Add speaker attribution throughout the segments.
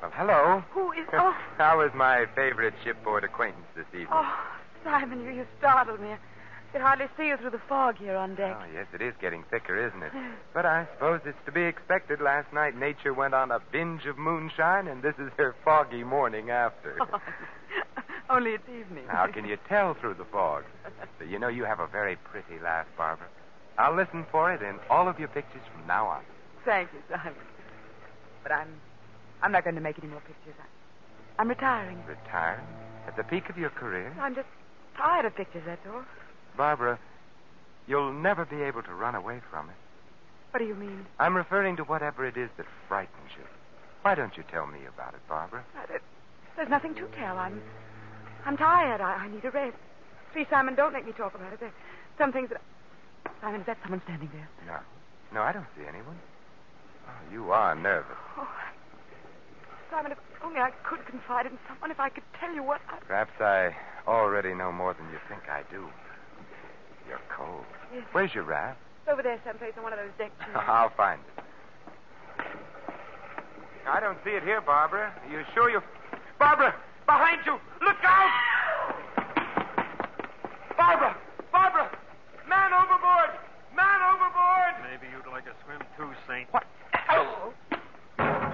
Speaker 1: Well, hello.
Speaker 2: Who is- oh.
Speaker 1: How is my favorite shipboard acquaintance this evening?
Speaker 2: Oh, Simon, you, you startled me. I could hardly see you through the fog here on deck.
Speaker 1: Oh, yes, it is getting thicker, isn't it? But I suppose it's to be expected. Last night, nature went on a binge of moonshine, and this is her foggy morning after.
Speaker 2: Only it's evening.
Speaker 1: How can you tell through the fog? But you know, you have a very pretty laugh, Barbara. I'll listen for it in all of your pictures from now on.
Speaker 2: Thank you, Simon. But I'm, I'm not going to make any more pictures. I, I'm retiring.
Speaker 1: Retiring? At the peak of your career?
Speaker 2: I'm just tired of pictures. That's all.
Speaker 1: Barbara, you'll never be able to run away from it.
Speaker 2: What do you mean?
Speaker 1: I'm referring to whatever it is that frightens you. Why don't you tell me about it, Barbara?
Speaker 2: I- there- There's nothing to tell. I'm, I'm tired. I, I need a rest. Please, Simon, don't make me talk about it. There's some things that. Simon, is that someone standing there?
Speaker 1: No. No, I don't see anyone. Oh, you are nervous.
Speaker 2: Oh, Simon, if only I could confide in someone. If I could tell you what I.
Speaker 1: Perhaps I already know more than you think I do. You're cold.
Speaker 2: Yes.
Speaker 1: Where's your wrap?
Speaker 2: It's over there, someplace on one of those deck chairs.
Speaker 1: I'll find it. I don't see it here, Barbara. Are you sure you. Barbara! Behind you! Look out! Barbara! Barbara! Man overboard! Man overboard!
Speaker 3: Maybe you'd like a swim too, Saint.
Speaker 1: What? Oh.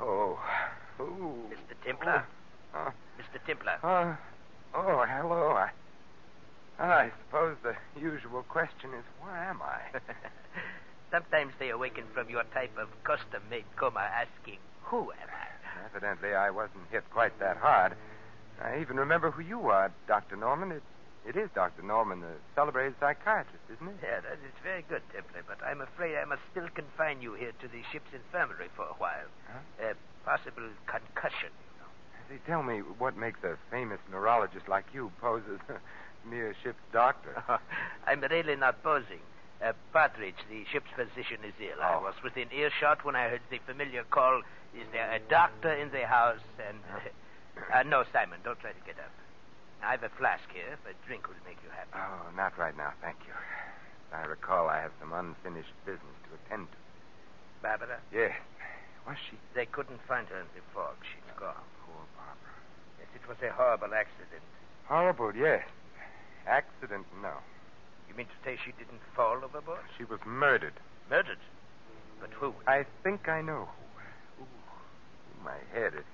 Speaker 1: Oh. Ooh.
Speaker 4: Mr. Templar?
Speaker 1: Oh.
Speaker 4: Mr. Templar.
Speaker 1: Uh, oh, hello. I, I suppose the usual question is, where am I?
Speaker 4: Sometimes they awaken from your type of custom made coma asking, Who am I?
Speaker 1: Evidently, I wasn't hit quite that hard. I even remember who you are, Dr. Norman. It, it is Dr. Norman, the celebrated psychiatrist, isn't it?
Speaker 4: Yeah, that is very good, Templar, but I'm afraid I must still confine you here to the ship's infirmary for a while.
Speaker 1: Huh?
Speaker 4: A possible concussion. you know.
Speaker 1: See, tell me, what makes a famous neurologist like you pose as a mere ship's doctor?
Speaker 4: I'm really not posing. Uh, Partridge, the ship's physician, is ill. I
Speaker 1: Oh.
Speaker 4: was within earshot when I heard the familiar call, Is there a doctor in the house? And. Uh, no, Simon, don't try to get up. I've a flask here. A drink will make you happy.
Speaker 1: Oh, not right now, thank you. I recall I have some unfinished business to attend to.
Speaker 4: Barbara,
Speaker 1: Yes. Was she?
Speaker 4: they couldn't find her in the fog. She's gone.
Speaker 1: Uh, Poor Barbara.
Speaker 4: Yes, it was a horrible accident.
Speaker 1: Horrible, yes. Accident, no.
Speaker 4: You mean to say she didn't fall overboard?
Speaker 1: She was murdered.
Speaker 4: Murdered? But who?
Speaker 1: I think I know who. Ooh, my head, it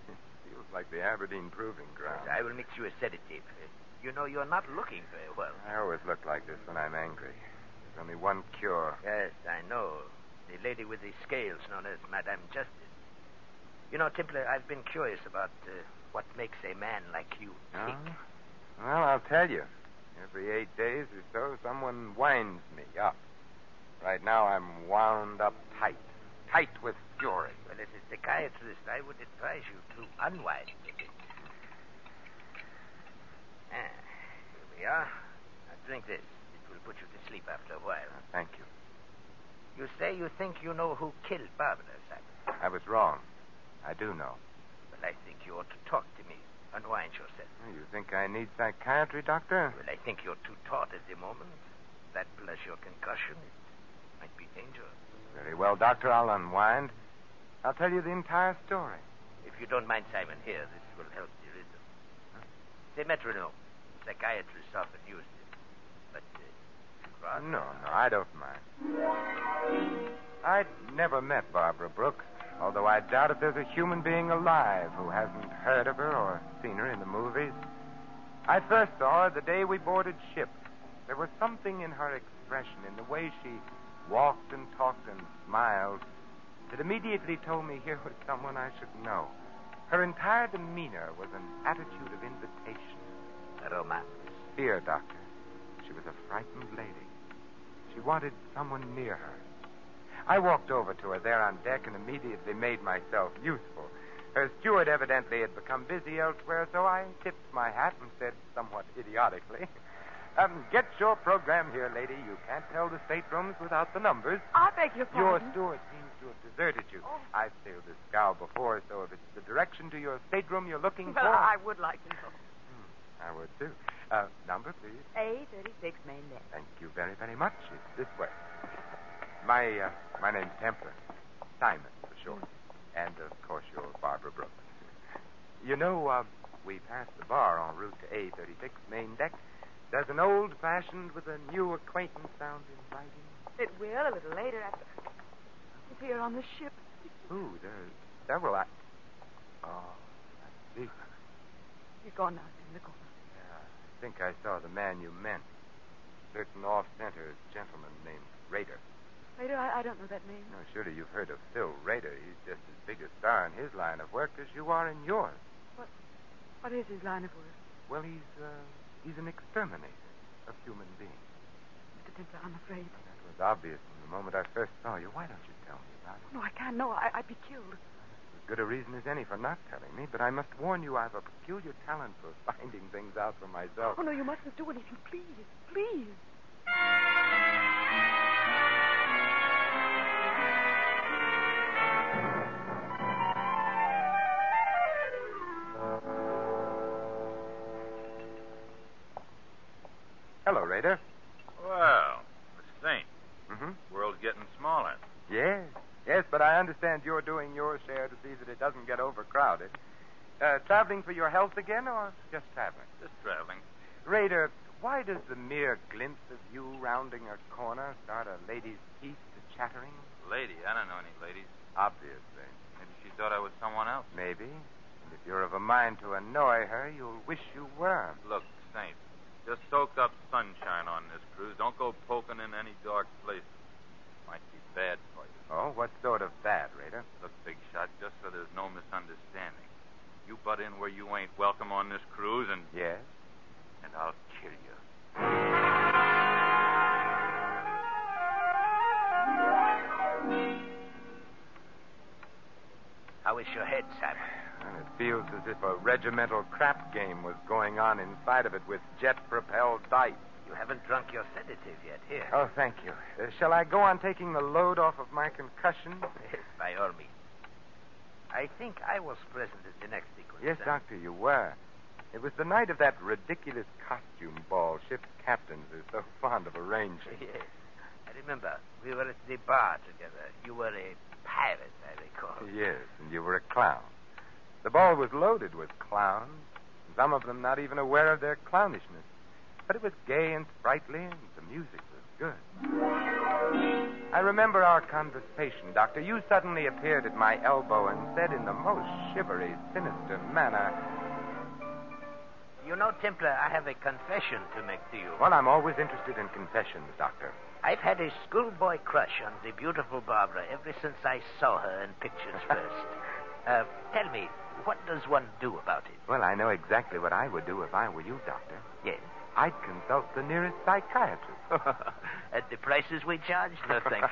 Speaker 1: feels like the Aberdeen Proving Ground.
Speaker 4: I will mix you a sedative. Uh, You know, you're not looking very well.
Speaker 1: I always look like this when I'm angry. There's only one cure.
Speaker 4: Yes, I know. The lady with the scales, known as Madame Justice. You know, Templar, I've been curious about uh, what makes a man like you tick.
Speaker 1: Oh? Well, I'll tell you. Every eight days or so, someone winds me up. Right now, I'm wound up tight. Tight with fury.
Speaker 4: Well, as a psychiatrist, I would advise you to unwind a bit. Ah, here we are. Now drink this. It will put you to sleep after a while.
Speaker 1: Thank you.
Speaker 4: You say you think you know who killed Barbara, Simon.
Speaker 1: I was wrong. I do know.
Speaker 4: Well, I think you ought to talk to me. Unwind yourself.
Speaker 1: You think I need psychiatry, Doctor?
Speaker 4: Well, I think you're too taut at the moment. That plus your concussion, it might be dangerous.
Speaker 1: Very well, Doctor. I'll unwind. I'll tell you the entire story.
Speaker 4: If you don't mind, Simon, here, this will help the rhythm. The metronome. The psychiatrists often use it. But, uh, rather-
Speaker 1: No, no, I don't mind. I'd never met Barbara Brooks, although I doubt if there's a human being alive who hasn't heard of her or seen her in the movies. I first saw her the day we boarded ship. There was something in her expression, in the way she walked and talked and smiled, that immediately told me here was someone I should know. Her entire demeanor was an attitude of invitation.
Speaker 4: A romance.
Speaker 1: Fear, Doctor. She was a frightened lady. She wanted someone near her. I walked over to her there on deck and immediately made myself useful. Her steward evidently had become busy elsewhere, so I tipped my hat and said somewhat idiotically, um, Get your program here, lady. You can't tell the staterooms without the numbers.
Speaker 2: I beg your
Speaker 1: Your
Speaker 2: pardon.
Speaker 1: steward seems to have deserted you.
Speaker 2: Oh.
Speaker 1: I've sailed this scow before, so if it's the direction to your stateroom you're looking
Speaker 2: Well,
Speaker 1: for. hmm,
Speaker 2: I would like to know.
Speaker 1: I would too. Uh, number, please.
Speaker 2: A36 main deck.
Speaker 1: Thank you very, very much. It's this way. My uh, my name's Templar. Simon, for short. And, of course, you're Barbara Brooks. You know, uh, we passed the bar en route to A36 main deck. Does an old fashioned with a new acquaintance sound inviting?
Speaker 2: It will a little later after. It's here on the ship.
Speaker 1: Ooh, there's several. I... Oh, I see.
Speaker 2: You're gone now, Tim. You're gone.
Speaker 1: Yeah, I think I saw the man you meant. Certain off center gentleman named Raider.
Speaker 2: Later, I, I don't know that name.
Speaker 1: No, surely you've heard of Phil Rader. He's just as big a star in his line of work as you are in yours.
Speaker 2: What is his line of work?
Speaker 1: Well, he's uh, he's an exterminator of human beings.
Speaker 2: Mr. Templar, I'm afraid.
Speaker 1: That was obvious from the moment I first saw you. Why don't you tell me about it?
Speaker 2: No, I can't. No, I, I'd be killed.
Speaker 1: As good a reason as any for not telling me, but I must warn you, I have a peculiar talent for finding things out for myself.
Speaker 2: Oh, no, you mustn't do anything. Please. Please.
Speaker 1: Hello, Rader.
Speaker 5: Well, Mr. Saint,
Speaker 1: Mm-hmm.
Speaker 5: world's getting smaller.
Speaker 1: Yes, yes, but I understand you're doing your share to see that it doesn't get overcrowded. Uh, traveling for your health again, or just traveling?
Speaker 5: Just traveling.
Speaker 1: Raider, why does the mere glimpse of you rounding a corner start a lady's teeth to chattering?
Speaker 5: Lady, I don't know any ladies.
Speaker 1: Obviously.
Speaker 5: Maybe she thought I was someone else.
Speaker 1: Maybe. And if you're of a mind to annoy her, you'll wish you were.
Speaker 5: Look, Saint, just soak up sunshine on this cruise. Don't go poking in any dark places. Might be bad for you.
Speaker 1: Oh, what sort of that, Raider?
Speaker 5: Look, Big Shot, just so there's no misunderstanding. You butt in where you ain't welcome on this cruise, and
Speaker 1: Yes.
Speaker 5: and I'll kill you.
Speaker 4: How is your head, Simon?
Speaker 1: And it feels as if a regimental crap game was going on inside of it with jet propelled dice.
Speaker 4: You haven't drunk your sedative yet. Here.
Speaker 1: Oh, thank you. Uh, shall I go on taking the load off of my concussion?
Speaker 4: Yes, by all means. I think I was present at the next sequence.
Speaker 1: Yes,
Speaker 4: Simon.
Speaker 1: Doctor, you were. It was the night of that ridiculous costume ball ship's captains are so fond of arranging.
Speaker 4: Yes. I remember. We were at the bar together. You were a pirate, I recall.
Speaker 1: Yes, and you were a clown. The ball was loaded with clowns, some of them not even aware of their clownishness. But it was gay and sprightly, and the music was good. I remember our conversation, Doctor. You suddenly appeared at my elbow and said in the most shivery, sinister manner,
Speaker 4: You know, Templar, I have a confession to make to you.
Speaker 1: Well, I'm always interested in confessions, Doctor.
Speaker 4: I've had a schoolboy crush on the beautiful Barbara ever since I saw her in pictures first. Uh, tell me, what does one do about it?
Speaker 1: Well, I know exactly what I would do if I were you, Doctor.
Speaker 4: Yes.
Speaker 1: I'd consult the nearest psychiatrist.
Speaker 4: At the prices we charge? No, thanks.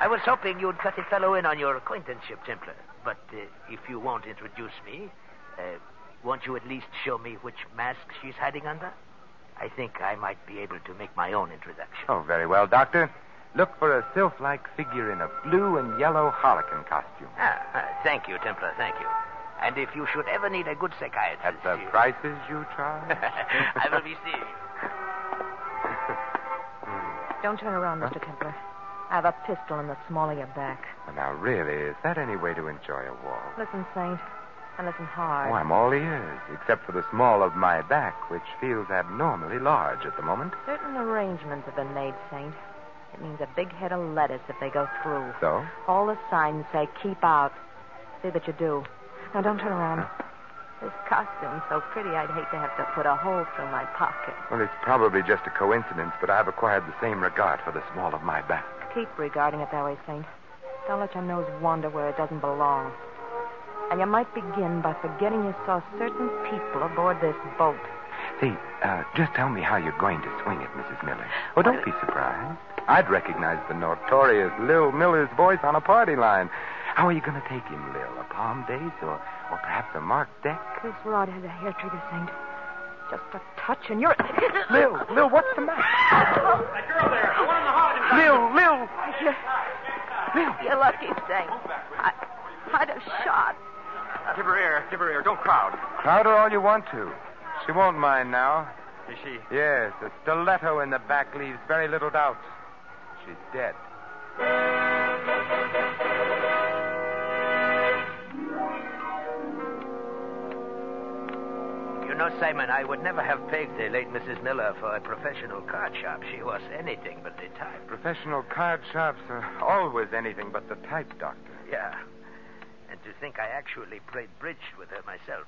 Speaker 4: I was hoping you'd cut a fellow in on your acquaintanceship, Templar. But uh, if you won't introduce me, uh, won't you at least show me which mask she's hiding under? I think I might be able to make my own introduction.
Speaker 1: Oh, very well, Doctor. Look for a sylph like figure in a blue and yellow harlequin costume.
Speaker 4: Ah, ah, thank you, Templar, thank you. And if you should ever need a good psychiatrist...
Speaker 1: At the
Speaker 4: you-
Speaker 1: prices you charge?
Speaker 4: I will be seeing you.
Speaker 6: Don't turn around, Mr. Kempler. I have a pistol in the small of your back.
Speaker 1: Now, really, is that any way to enjoy a walk?
Speaker 6: Listen, Saint, and listen
Speaker 1: Oh,
Speaker 6: hard.
Speaker 1: I'm all ears, except for the small of my back, which feels abnormally large at the moment.
Speaker 6: Certain arrangements have been made, Saint. It means a big head of lettuce if they go through.
Speaker 1: So?
Speaker 6: All the signs say keep out. See that you do. Now don't turn around. This costume's so pretty I'd hate to have to put a hole through my pocket.
Speaker 1: Well, it's probably just a coincidence, but I've acquired the same regard for the small of my back.
Speaker 6: Keep regarding it that way, Saint. Don't let your nose wander where it doesn't belong. And you might begin by forgetting you saw certain people aboard this boat.
Speaker 1: See, uh, just tell me how you're going to swing it, Mrs. Miller. Oh, don't be surprised. I'd recognize the notorious Lil Miller's voice on a party line. How are you going to take him, Lil? A palm base or, or perhaps a marked deck?
Speaker 6: This rod has a hair trigger, Saint. Just a touch and you're.
Speaker 1: Lil, Lil, what's the matter?
Speaker 3: That girl there, the one in the hall.
Speaker 1: Lil, Lil!
Speaker 6: You're, you're lucky, Saint. I, I'd have shot.
Speaker 3: Give her air. Give her air. Don't crowd.
Speaker 1: Crowd her all you want to. She won't mind now.
Speaker 3: Is she?
Speaker 1: Yes, a stiletto in the back leaves very little doubt. She's dead.
Speaker 4: You know, Simon, I would never have pegged the late Mrs. Miller for a professional card shop. She was anything but the type.
Speaker 1: Professional card shops are always anything but the type, Doctor.
Speaker 4: Yeah. And to think I actually played bridge with her myself,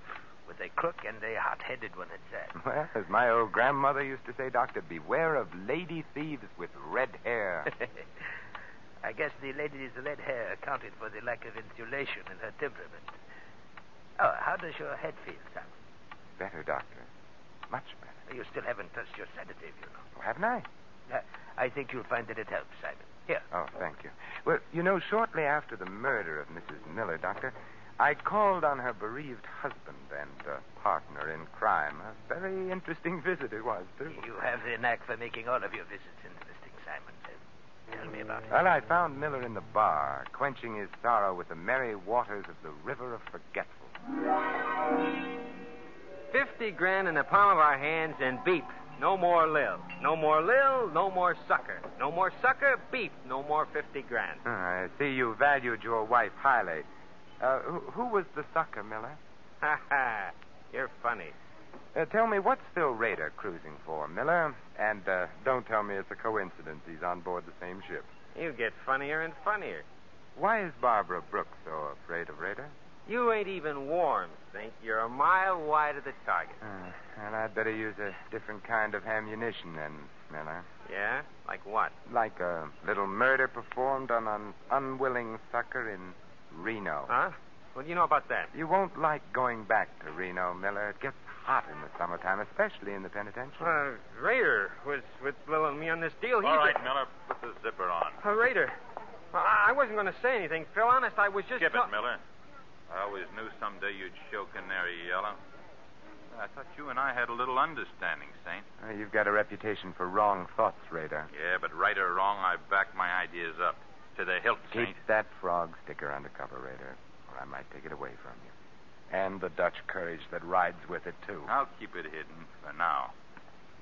Speaker 4: with a crook and a hot headed one at that.
Speaker 1: Well, as my old grandmother used to say, Doctor, beware of lady thieves with red hair.
Speaker 4: I guess the lady's red hair accounted for the lack of insulation in her temperament. Oh, how does your head feel, Simon?
Speaker 1: better, Doctor. Much better.
Speaker 4: You still haven't touched your sedative, you know.
Speaker 1: Oh, haven't I?
Speaker 4: Uh, I think you'll find that it helps, Simon. Here.
Speaker 1: Oh, thank you. Well, you know, shortly after the murder of Mrs. Miller, Doctor, I called on her bereaved husband and uh, partner in crime. A very interesting visit it was, too.
Speaker 4: You have the knack for making all of your visits interesting, Simon. Uh, Tell me about it.
Speaker 1: Well, I found Miller in the bar, quenching his sorrow with the merry waters of the River of Forgetful.
Speaker 7: Fifty grand in the palm of our hands and beep. No more Lil. No more Lil, no more sucker. No more sucker, beep. No more fifty grand.
Speaker 1: Ah, I see you valued your wife highly. Uh, who, who was the sucker, Miller?
Speaker 7: Ha ha. You're funny.
Speaker 1: Uh, tell me, what's Phil Rader cruising for, Miller? And uh, don't tell me it's a coincidence he's on board the same ship.
Speaker 7: You get funnier and funnier.
Speaker 1: Why is Barbara Brooks so afraid of Rader?
Speaker 7: You ain't even warm, Think. You're a mile wide of the target.
Speaker 1: Uh, well, I'd better use a different kind of ammunition then, Miller.
Speaker 7: Yeah? Like what?
Speaker 1: Like a little murder performed on an unwilling sucker in Reno.
Speaker 7: Huh? What do you know about that?
Speaker 1: You won't like going back to Reno, Miller. It gets hot in the summertime, especially in the penitentiary.
Speaker 7: Uh, Raider was with Lil and me on this deal. He
Speaker 5: All right, Miller, put the zipper on.
Speaker 7: Uh, Raider. I, I wasn't going to say anything, Phil. Honest, I was just.
Speaker 5: Skip
Speaker 7: ta-
Speaker 5: it, Miller. I always knew someday you'd show Canary Yellow. I thought you and I had a little understanding, Saint.
Speaker 1: Uh, you've got a reputation for wrong thoughts, Rader.
Speaker 5: Yeah, but right or wrong, I back my ideas up. To the hilt, Saint.
Speaker 1: Keep that frog sticker under cover, Raider, or I might take it away from you. And the Dutch courage that rides with it, too.
Speaker 5: I'll keep it hidden for now.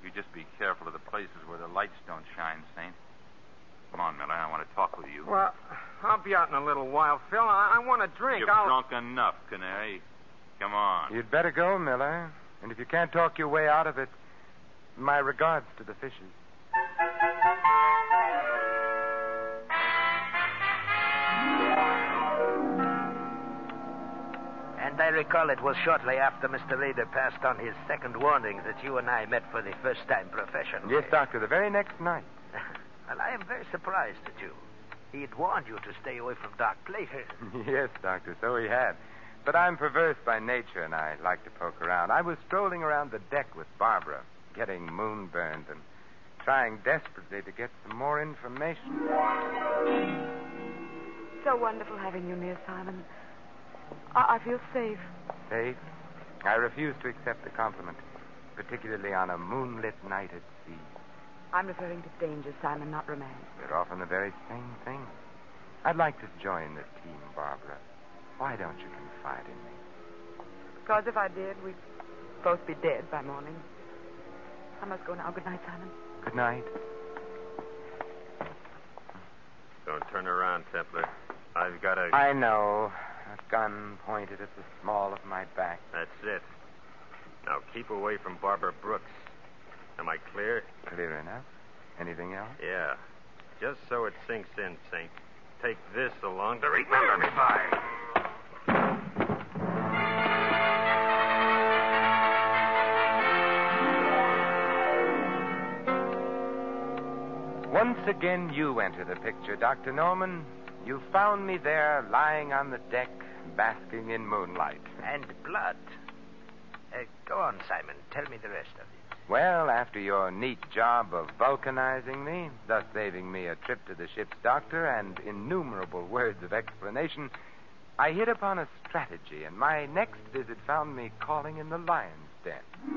Speaker 5: You just be careful of the places where the lights don't shine, Saint. Come on, Miller. I want to talk with you.
Speaker 7: Well, I'll be out in a little while, Phil. I, I want a drink.
Speaker 5: You're
Speaker 7: I'll...
Speaker 5: drunk enough, Canary. Come on.
Speaker 1: You'd better go, Miller. And if you can't talk your way out of it, my regards to the fishes.
Speaker 4: And I recall it was shortly after Mr. Rader passed on his second warning that you and I met for the first time professionally.
Speaker 1: Yes, Doctor, the very next night.
Speaker 4: Well, I am very surprised at you. He had warned you to stay away from dark places.
Speaker 1: yes, Doctor, so he had. But I'm perverse by nature, and I like to poke around. I was strolling around the deck with Barbara, getting moonburned and trying desperately to get some more information.
Speaker 2: So wonderful having you near, Simon. I, I feel safe.
Speaker 1: Safe? I refuse to accept the compliment, particularly on a moonlit night at sea.
Speaker 2: I'm referring to danger, Simon, not romance.
Speaker 1: They're often the very same thing. I'd like to join the team, Barbara. Why don't you confide in me?
Speaker 2: Because if I did, we'd both be dead by morning. I must go now. Good night, Simon.
Speaker 1: Good night.
Speaker 5: Don't turn around, Templar. I've got a.
Speaker 1: I know. A gun pointed at the small of my back.
Speaker 5: That's it. Now keep away from Barbara Brooks. Am I clear?
Speaker 1: Clear enough. Anything else?
Speaker 5: Yeah. Just so it sinks in, Saint. Take this along to remember me by.
Speaker 1: Once again, you enter the picture, Dr. Norman. You found me there, lying on the deck, basking in moonlight.
Speaker 4: And blood. Uh, go on, Simon. Tell me the rest of it.
Speaker 1: Well, after your neat job of vulcanizing me, thus saving me a trip to the ship's doctor and innumerable words of explanation, I hit upon a strategy, and my next visit found me calling in the lion's den.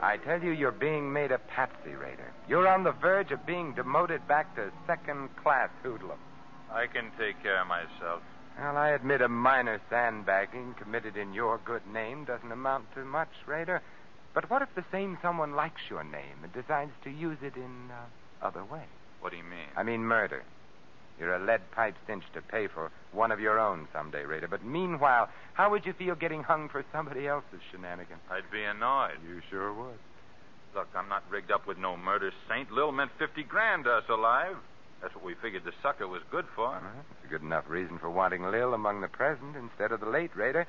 Speaker 1: I tell you, you're being made a patsy raider. You're on the verge of being demoted back to second class hoodlum.
Speaker 5: I can take care of myself.
Speaker 1: Well, I admit a minor sandbagging committed in your good name doesn't amount to much, Raider. But what if the same someone likes your name and decides to use it in uh, other way?
Speaker 5: What do you mean?
Speaker 1: I mean murder. You're a lead pipe cinch to pay for one of your own someday, Raider. But meanwhile, how would you feel getting hung for somebody else's shenanigans?
Speaker 5: I'd be annoyed.
Speaker 1: You sure would.
Speaker 5: Look, I'm not rigged up with no murder, Saint. Lil meant 50 grand to us alive. That's what we figured the sucker was good for.
Speaker 1: Well, that's a good enough reason for wanting Lil among the present instead of the late Raider.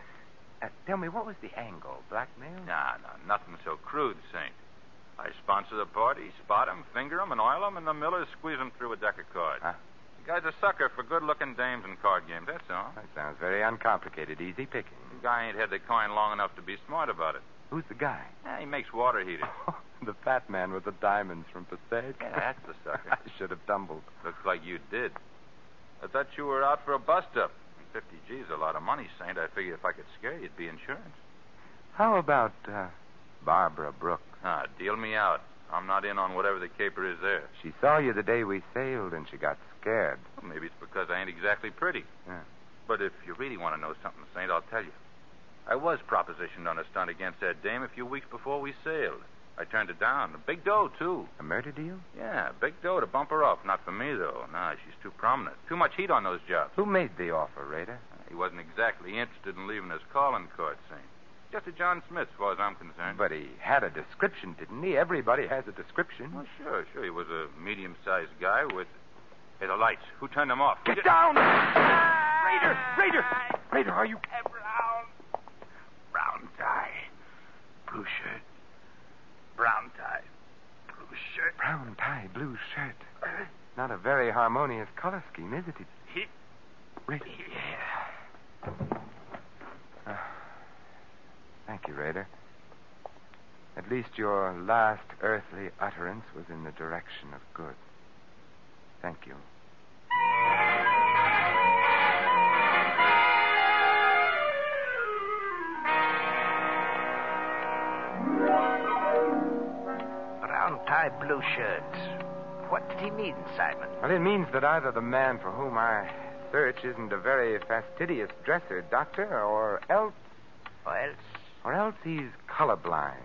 Speaker 1: Uh, tell me, what was the angle? Blackmail?
Speaker 5: Nah, nah, nothing so crude, Saint. I sponsor the party, spot 'em, finger 'em, and oil 'em, and the millers squeeze 'em through a deck of cards.
Speaker 1: Huh?
Speaker 5: The guy's a sucker for good looking dames and card games, that's all.
Speaker 1: That sounds very uncomplicated. Easy picking.
Speaker 5: The guy ain't had the coin long enough to be smart about it.
Speaker 1: Who's the guy? Oh,
Speaker 5: Eh, he makes water heaters.
Speaker 1: the fat man with the diamonds from Passaic.
Speaker 5: Yeah, that's the sucker.
Speaker 1: I should have tumbled.
Speaker 5: Looks like you did. I thought you were out for a bust up. 50 G's a lot of money, Saint. I figured if I could scare you, it'd be insurance.
Speaker 1: How about uh, Barbara Brooks?
Speaker 5: Ah, deal me out. I'm not in on whatever the caper is there.
Speaker 1: She saw you the day we sailed, and she got scared.
Speaker 5: Well, maybe it's because I ain't exactly pretty.
Speaker 1: Yeah.
Speaker 5: But if you really want to know something, Saint, I'll tell you. I was propositioned on a stunt against that dame a few weeks before we sailed. I turned it down. A big dough, too.
Speaker 1: A murder deal?
Speaker 5: Yeah, big dough to bump her off. Not for me, though. Nah, she's too prominent. Too much heat on those jobs.
Speaker 1: Who made the offer, Raider?
Speaker 5: He wasn't exactly interested in leaving his calling card, Saint. Just a John Smith, as far as I'm concerned.
Speaker 1: But he had a description, didn't he? Everybody has a description.
Speaker 5: Well, sure, sure. He was a medium sized guy with. Hey, the lights. Who turned them off?
Speaker 1: Get
Speaker 5: Who did-
Speaker 1: down! Raider! Raider! Raider, are you.
Speaker 3: Brown. Brown tie. Blue shirt. Brown tie. Blue shirt. Uh-huh.
Speaker 1: Brown tie, blue shirt. Not a very harmonious color scheme, is it?
Speaker 3: He,
Speaker 1: Raider. Ah.
Speaker 3: yeah.
Speaker 1: Thank you, Raider. At least your last earthly utterance was in the direction of good. Thank you.
Speaker 4: Brown tie, blue shirt. What did he mean, Simon?
Speaker 1: Well, it means that either the man for whom I search isn't a very fastidious dresser, Doctor, or else
Speaker 4: Or else,
Speaker 1: or else he's colorblind.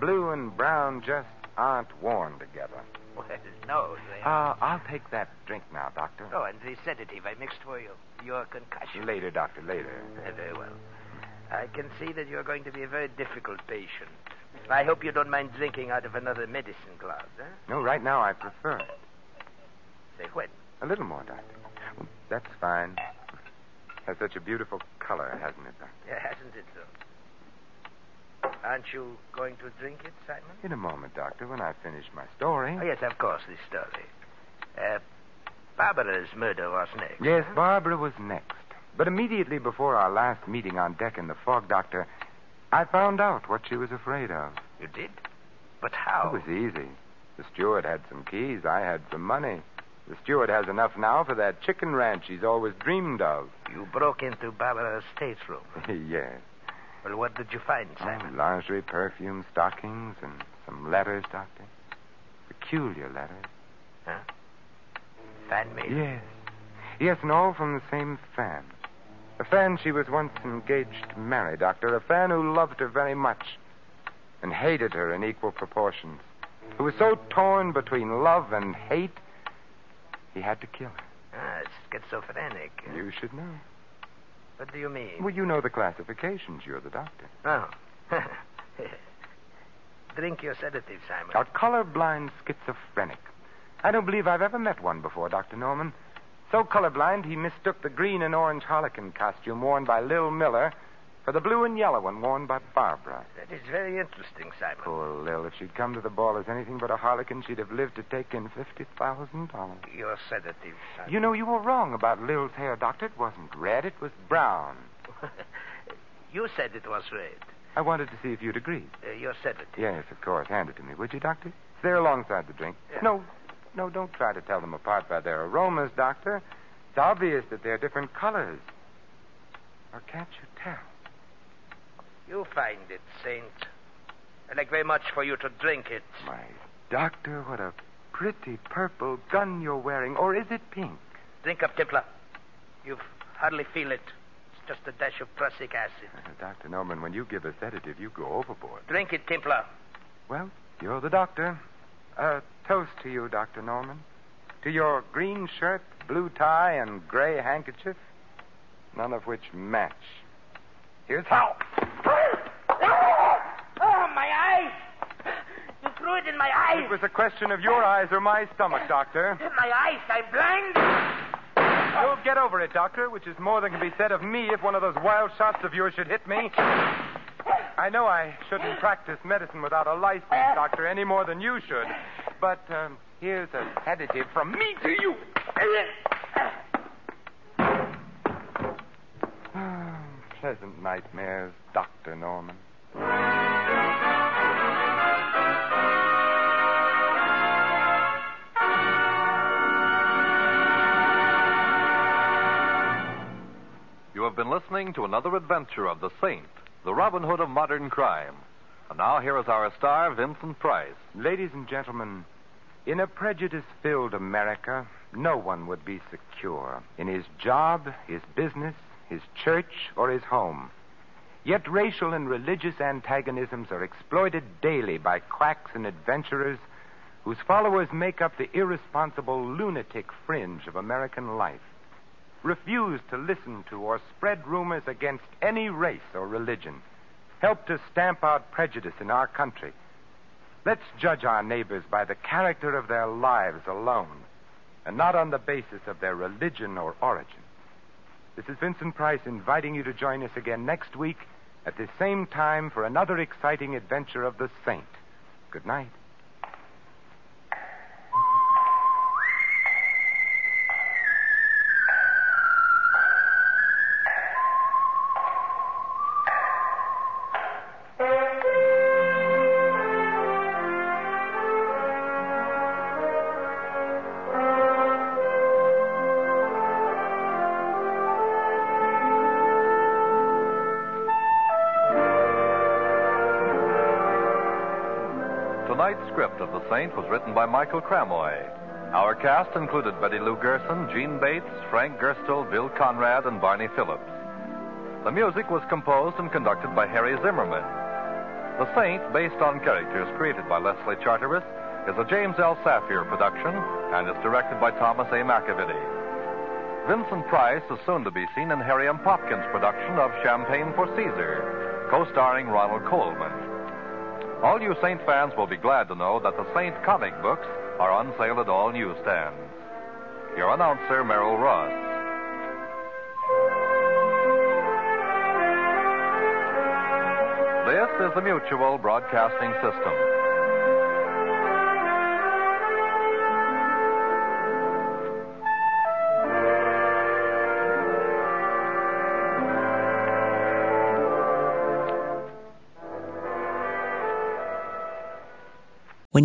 Speaker 1: Blue and brown just aren't worn together.
Speaker 4: well, no. They...
Speaker 1: Uh, I'll take that drink now, Doctor.
Speaker 4: Oh, and the sedative I mixed for you. Your concussion.
Speaker 1: Later, Doctor, later.
Speaker 4: Uh, Very well. I can see that you're going to be a very difficult patient. I hope you don't mind drinking out of another medicine glass, eh? huh?
Speaker 1: No, right now I prefer it.
Speaker 4: Say when?
Speaker 1: A little more, Doctor. That's fine. Has such a beautiful color, hasn't it, Doctor?
Speaker 4: Yeah, hasn't it, though? Aren't you going to drink it, Simon?
Speaker 1: In a moment, Doctor, when I finish my story.
Speaker 4: Oh, yes, of course, this story. Uh, Barbara's murder was next.
Speaker 1: Yes, Barbara was next. But immediately before our last meeting on deck in the fog, Doctor, I found out what she was afraid of.
Speaker 4: You did? But how?
Speaker 1: It was easy. The steward had some keys. I had some money. The steward has enough now for that chicken ranch he's always dreamed of.
Speaker 4: You broke into Barbara's stateroom.
Speaker 1: yes.
Speaker 4: Well, what did you find, Simon?
Speaker 1: Oh, lingerie, perfume, stockings, and some letters, Doctor. Peculiar letters.
Speaker 4: Huh? Fan-made?
Speaker 1: Yes. Yes, and all from the same fan. A fan she was once engaged to marry, Doctor. A fan who loved her very much and hated her in equal proportions. Who was so torn between love and hate, he had to kill her.
Speaker 4: Ah, schizophrenic.
Speaker 1: You should know.
Speaker 4: What do you mean?
Speaker 1: Well, you know the classifications. You're the doctor.
Speaker 4: Oh. Drink your sedative, Simon.
Speaker 1: A colorblind schizophrenic. I don't believe I've ever met one before, Dr. Norman. So colorblind, he mistook the green and orange harlequin costume worn by Lil Miller for the blue and yellow one worn by Barbara.
Speaker 4: That is very interesting, Simon.
Speaker 1: Poor Lil. If she'd come to the ball as anything but a harlequin, she'd have lived to take in $50,000.
Speaker 4: Your sedative, Simon.
Speaker 1: You know, you were wrong about Lil's hair, Doctor. It wasn't red, it was brown.
Speaker 4: you said it was red.
Speaker 1: I wanted to see if you'd agree.
Speaker 4: Uh, your sedative.
Speaker 1: Yes, of course. Hand it to me, would you, Doctor? It's there alongside the drink.
Speaker 4: Yeah.
Speaker 1: No, no, don't try to tell them apart by their aromas, Doctor. It's obvious that they're different colors. Or can't you tell?
Speaker 4: You find it, Saint. I like very much for you to drink it.
Speaker 1: My doctor, what a pretty purple gun you're wearing. Or is it pink?
Speaker 4: Drink up, Templar. You hardly feel it. It's just a dash of prussic acid.
Speaker 1: Uh, Dr. Norman, when you give a sedative, you go overboard.
Speaker 4: Drink it, Templar.
Speaker 1: Well, you're the doctor. A toast to you, Dr. Norman. To your green shirt, blue tie, and gray handkerchief, none of which match. Here's how.
Speaker 8: Oh, my eyes! You threw it in my eyes!
Speaker 1: It was a question of your eyes or my stomach, Doctor.
Speaker 8: My eyes, I'm blind!
Speaker 1: You'll get over it, Doctor, which is more than can be said of me if one of those wild shots of yours should hit me. I know I shouldn't practice medicine without a license, Doctor, any more than you should. But um, here's a sedative from me to you. Pleasant nightmares, Dr. Norman.
Speaker 9: You have been listening to another adventure of the Saint, the Robin Hood of modern crime. And now here is our star, Vincent Price.
Speaker 1: Ladies and gentlemen, in a prejudice filled America, no one would be secure in his job, his business, his church, or his home. Yet racial and religious antagonisms are exploited daily by quacks and adventurers whose followers make up the irresponsible lunatic fringe of American life, refuse to listen to or spread rumors against any race or religion, help to stamp out prejudice in our country. Let's judge our neighbors by the character of their lives alone, and not on the basis of their religion or origin. This is Vincent Price inviting you to join us again next week at the same time for another exciting adventure of the saint. Good night.
Speaker 9: Tonight's script of The Saint was written by Michael Cramoy. Our cast included Betty Lou Gerson, Gene Bates, Frank Gerstel, Bill Conrad, and Barney Phillips. The music was composed and conducted by Harry Zimmerman. The Saint, based on characters created by Leslie Charteris, is a James L. Saphir production and is directed by Thomas A. McAvity. Vincent Price is soon to be seen in Harry M. Popkin's production of Champagne for Caesar, co starring Ronald Coleman. All you Saint fans will be glad to know that the Saint comic books are on sale at all newsstands. Your announcer, Merrill Ross. This is the Mutual Broadcasting System.
Speaker 10: When